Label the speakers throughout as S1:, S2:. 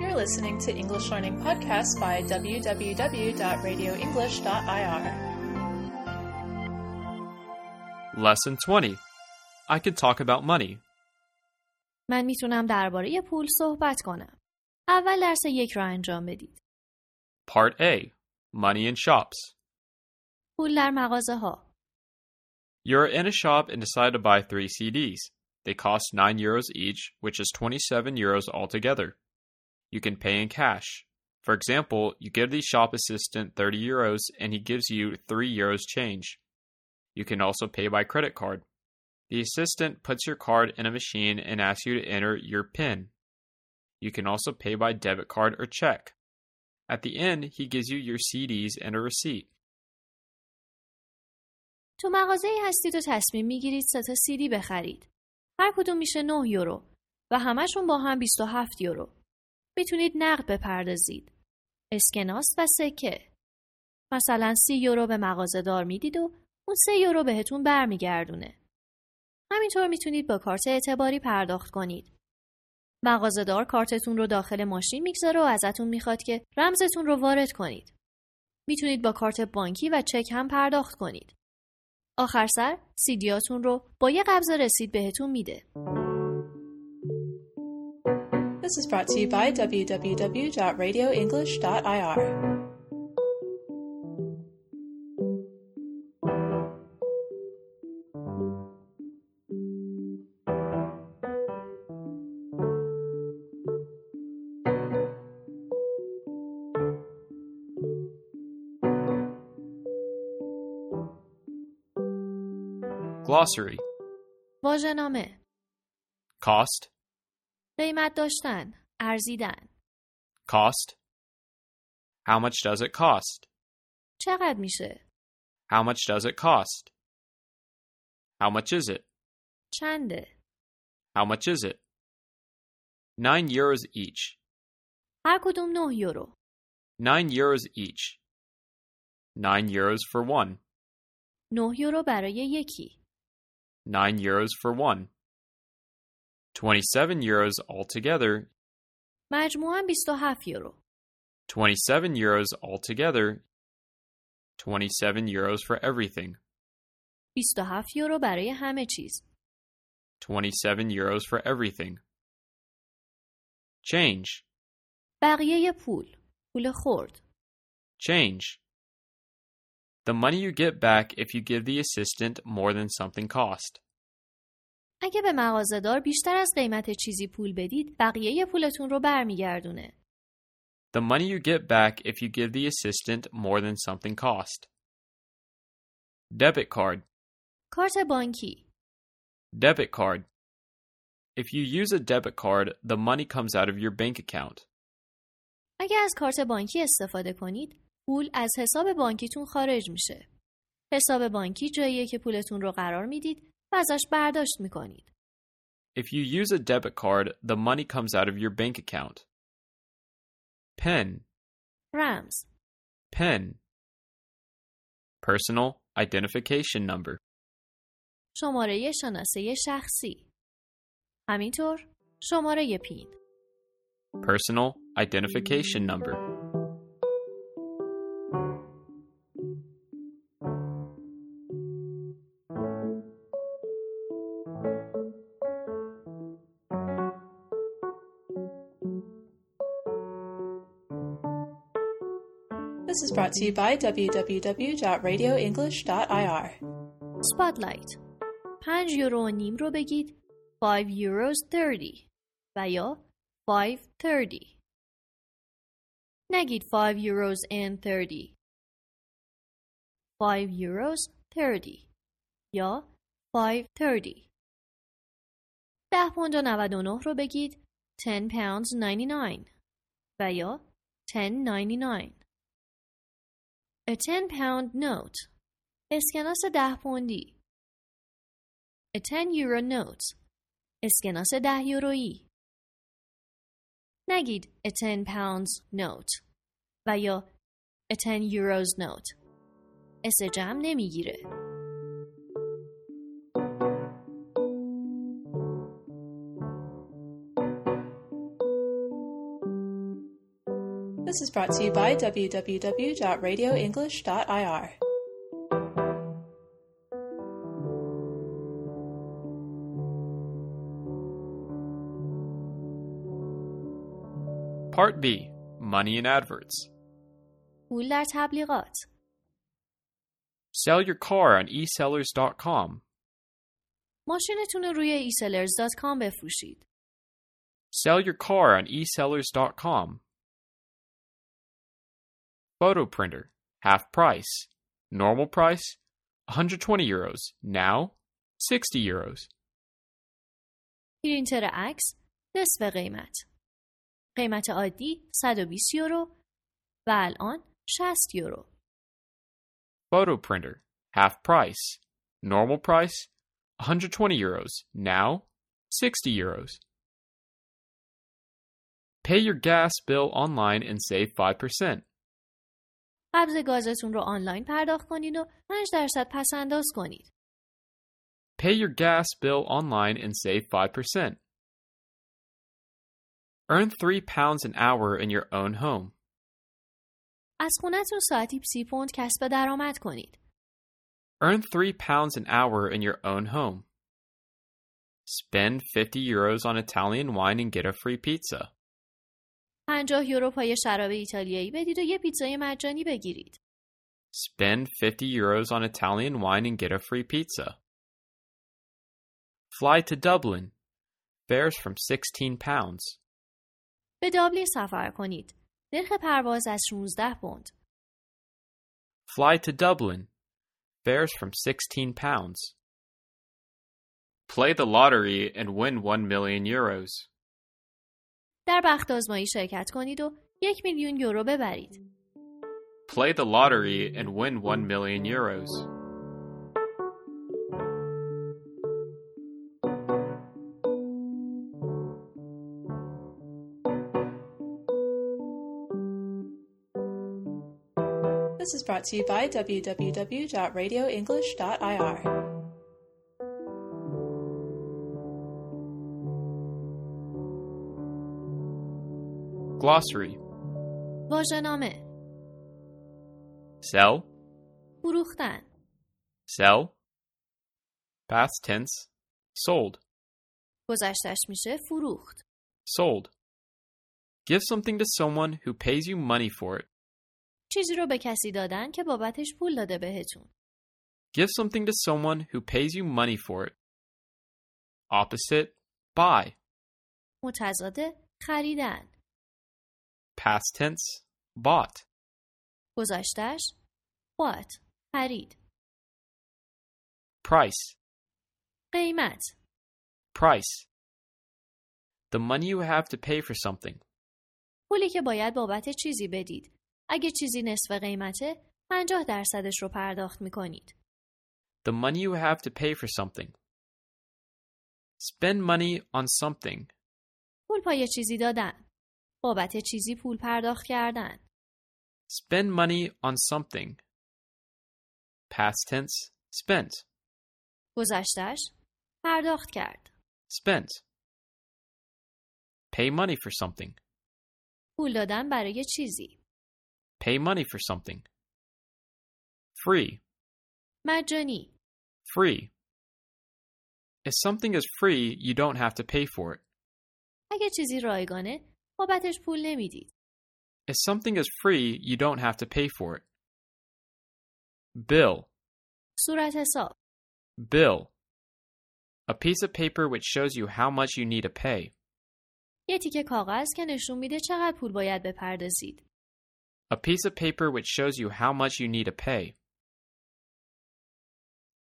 S1: You're listening to English Learning Podcast by www.radioenglish.ir.
S2: Lesson 20 I could talk about money.
S3: من میتونم درباره پول صحبت کنم. اول درس یک را انجام بدید.
S2: Part A Money in Shops.
S3: پول در مغازه ها.
S2: You're in a shop and decide to buy three CDs. They cost 9 euros each, which is 27 euros altogether. You can pay in cash. For example, you give the shop assistant 30 euros and he gives you 3 euros change. You can also pay by credit card. The assistant puts your card in a machine and asks you to enter your PIN. You can also pay by debit card or check. At the end, he gives you your CDs and a receipt.
S3: تو مغازه ای هستید و تصمیم میگیرید سه تا سیدی بخرید. هر کدوم میشه 9 یورو و همشون با هم 27 یورو. میتونید نقد بپردازید. اسکناس و سکه. مثلا 30 یورو به مغازه دار میدید و اون 3 یورو بهتون برمیگردونه. همینطور میتونید با کارت اعتباری پرداخت کنید. مغازهدار کارتتون رو داخل ماشین میگذاره و ازتون میخواد که رمزتون رو وارد کنید. میتونید با کارت بانکی و چک هم پرداخت کنید. آخر سر سیدیاتون رو با یه قبض رسید بهتون میده.
S1: This is brought to you by www.radioenglish.ir.
S2: Glossary
S3: واژه‌نامه،
S2: Cost,
S3: قیمت داشتن، ارزیدن،
S2: cost. How much does it cost?
S3: چقدر میشه،
S2: How much does it cost? How much is it?
S3: چنده،
S2: How much is it? 9 euros each.
S3: هر کدوم 9 یورو،
S2: 9 euros each. 9 euros for one.
S3: 9 یورو برای یکی،
S2: 9 euros for one. 27 euros altogether.
S3: مجموعاً 27 یورو.
S2: 27 euros altogether. 27 euros for everything.
S3: 27 یورو برای همه چیز.
S2: 27 euros for everything. Change.
S3: بقیه پول، پول خورد.
S2: Change. The money you get back if you give the assistant more than something cost.
S3: اگه به مغازهدار بیشتر از قیمت چیزی پول بدید، بقیه پولتون رو برمیگردونه.
S2: The money you get back if you give the assistant more than something cost. Debit card.
S3: کارت بانکی،
S2: Debit card. If you use a debit card, the money comes out of your bank account.
S3: اگه از کارت بانکی استفاده کنید، پول از حساب بانکیتون خارج میشه. حساب بانکی جاییه که پولتون رو قرار میدید و ازش برداشت میکنید.
S2: If you use a debit card, the money comes out of your bank account. Pen.
S3: رمز،
S2: Pen. Personal identification number.
S3: شماره شناسه شخصی. همینطور شماره پین.
S2: Personal identification number.
S1: This is brought to you by www.radioenglish.ir.
S3: سپاتلایت 5 یورو و نیم رو بگید 5 یوروز 30 و یا 5 30 نگید 5 یوروز and 30 5 یوروز 30 یا 5 30 10 پوند و 99 رو بگید 10 pounds 99 و یا 10 99 A 10 pound note اسکناس ده پوندی A 10 euro note اسکناس ده یورویی نگید a 10 pounds note و یا a 10 euros note اس جمع نمیگیره
S1: This is brought to you by www.radioenglish.ir.
S2: Part B Money and Adverts.
S3: پول در تبلیغات
S2: Sell your car on esellers.com.
S3: ماشینتون رو روی eSellers.com بفروشید.
S2: Sell your car on esellers.com. Photo printer, half price. Normal price 120 euros. Now 60 euros.
S3: پرینتر عکس نصف قیمت. قیمت عادی 120 یورو و الان 60 یورو.
S2: Photo printer, half price. Normal price 120 euros. Now 60 euros. Pay your gas bill online and save 5%.
S3: قبض گازتون رو آنلاین پرداخت کنید و 5 درصد پس انداز کنید.
S2: Pay your gas bill online and save 5%. Earn 3 pounds an hour in your own home.
S3: از خونتون ساعتی 30 پوند کسب درآمد کنید.
S2: Earn 3 pounds an hour in your own home. Spend 50 euros on Italian wine and get a free pizza.
S3: 50 یورو پای شراب ایتالیایی بدید و یه پیتزای مجانی بگیرید.
S2: Spend 50 euros on Italian wine and get a free pizza. Fly to Dublin. Fares from 16 pounds.
S3: به دابلین سفر کنید. نرخ پرواز از 16 پوند.
S2: Fly to Dublin. Fares from 16 pounds. Play the lottery and win 1 million euros.
S3: در بخت آزمایی شرکت کنید و یک میلیون یورو ببرید.
S2: Play the lottery and win 1 million euros.
S1: This is brought to you by www.radioenglish.ir.
S2: Glossary
S3: واژه‌نامه،
S2: Sell,
S3: فروختن،
S2: sell. Past tense. Sold,
S3: گذشتش میشه فروخت.
S2: sold. Give something to someone who pays you money for it.
S3: چیزی رو به کسی دادن که بابتش پول داده بهتون.
S2: Give something to someone who pays you money for it. Opposite, buy.
S3: متضاده خریدن.
S2: Past tense, bought.
S3: گذشتش بات خرید.
S2: Price,
S3: قیمت
S2: price. The money you have to pay for something.
S3: پولی که باید بابت چیزی بدید. اگه چیزی نصف قیمته 50 درصدش رو پرداخت میکنید.
S2: The money you have to pay for something. Spend money on something.
S3: پول پای چیزی دادن. بابت چیزی پول پرداخت کردن.
S2: Spend money on something. Past tense, spent.
S3: گذشتش پرداخت کرد.
S2: Spent. Pay money for something.
S3: پول دادن برای چیزی.
S2: Pay money for something. Free.
S3: مجانی
S2: Free. If something is free, you don't have to pay for it.
S3: اگه چیزی رایگانه بابتش پول نمیدید.
S2: If something is free, you don't have to pay for it. Bill.
S3: صورت حساب
S2: Bill. A piece of paper which shows you how much you need to pay.
S3: یه تیکه کاغذ که نشون میده چقدر پول باید بپردازید.
S2: A piece of paper which shows you how much you need to pay.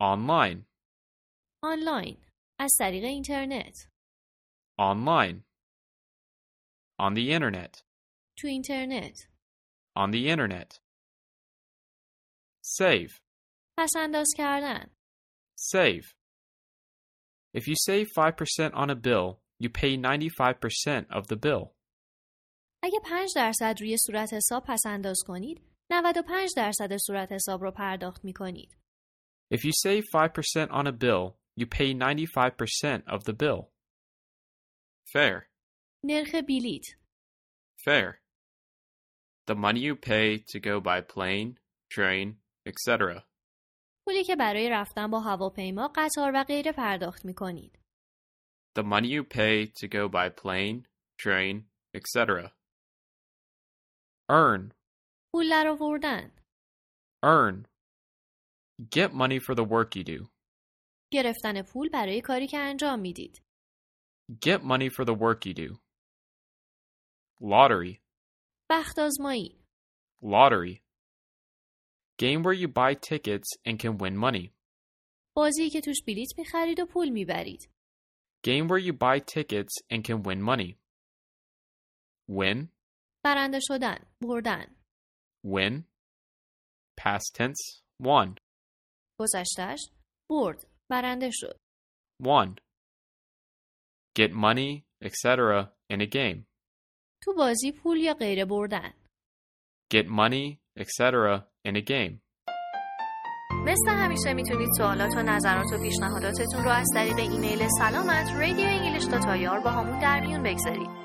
S2: Online.
S3: آنلاین از طریق اینترنت
S2: Online. On the internet.
S3: تو اینترنت
S2: On the internet. Save.
S3: پس انداز کردن
S2: Save. If you save 5% on a bill, you pay 95% of the bill.
S3: اگه 5 درصد روی صورت حساب پس انداز کنید 95 درصد صورت حساب رو پرداخت می کنید
S2: If you save 5% on a bill, you pay 95% of the bill. Fair.
S3: نرخ بلیت
S2: Fair. The money you pay to go by plane, train, etc.
S3: پولی که برای رفتن با هواپیما، قطار و غیره پرداخت می کنید.
S2: The money you pay to go by plane, train, etc. Earn,
S3: پول درآوردن،
S2: earn. Get money for the work you do.
S3: گرفتن پول برای کاری که انجام میدید.
S2: Get money for the work you do. Lottery,
S3: بخت آزمایی،
S2: lottery. Game where you buy tickets and can win money.
S3: بازی که توش بلیت میخرید و پول میبرید.
S2: Game where you buy tickets and can win money. Win,
S3: برنده شدن، بردن،
S2: win. Past tense, won,
S3: گذشتش، برد، برنده شد.
S2: won. Get money, etc. in a game.
S3: تو بازی پول یا غیره بردن.
S2: Get money, etc. in a game.
S3: مثل همیشه میتونید سوالات و نظرات و پیشنهاداتتون رو از طریق ایمیل سلامت radioenglish.ir با همون در میون بگذارید.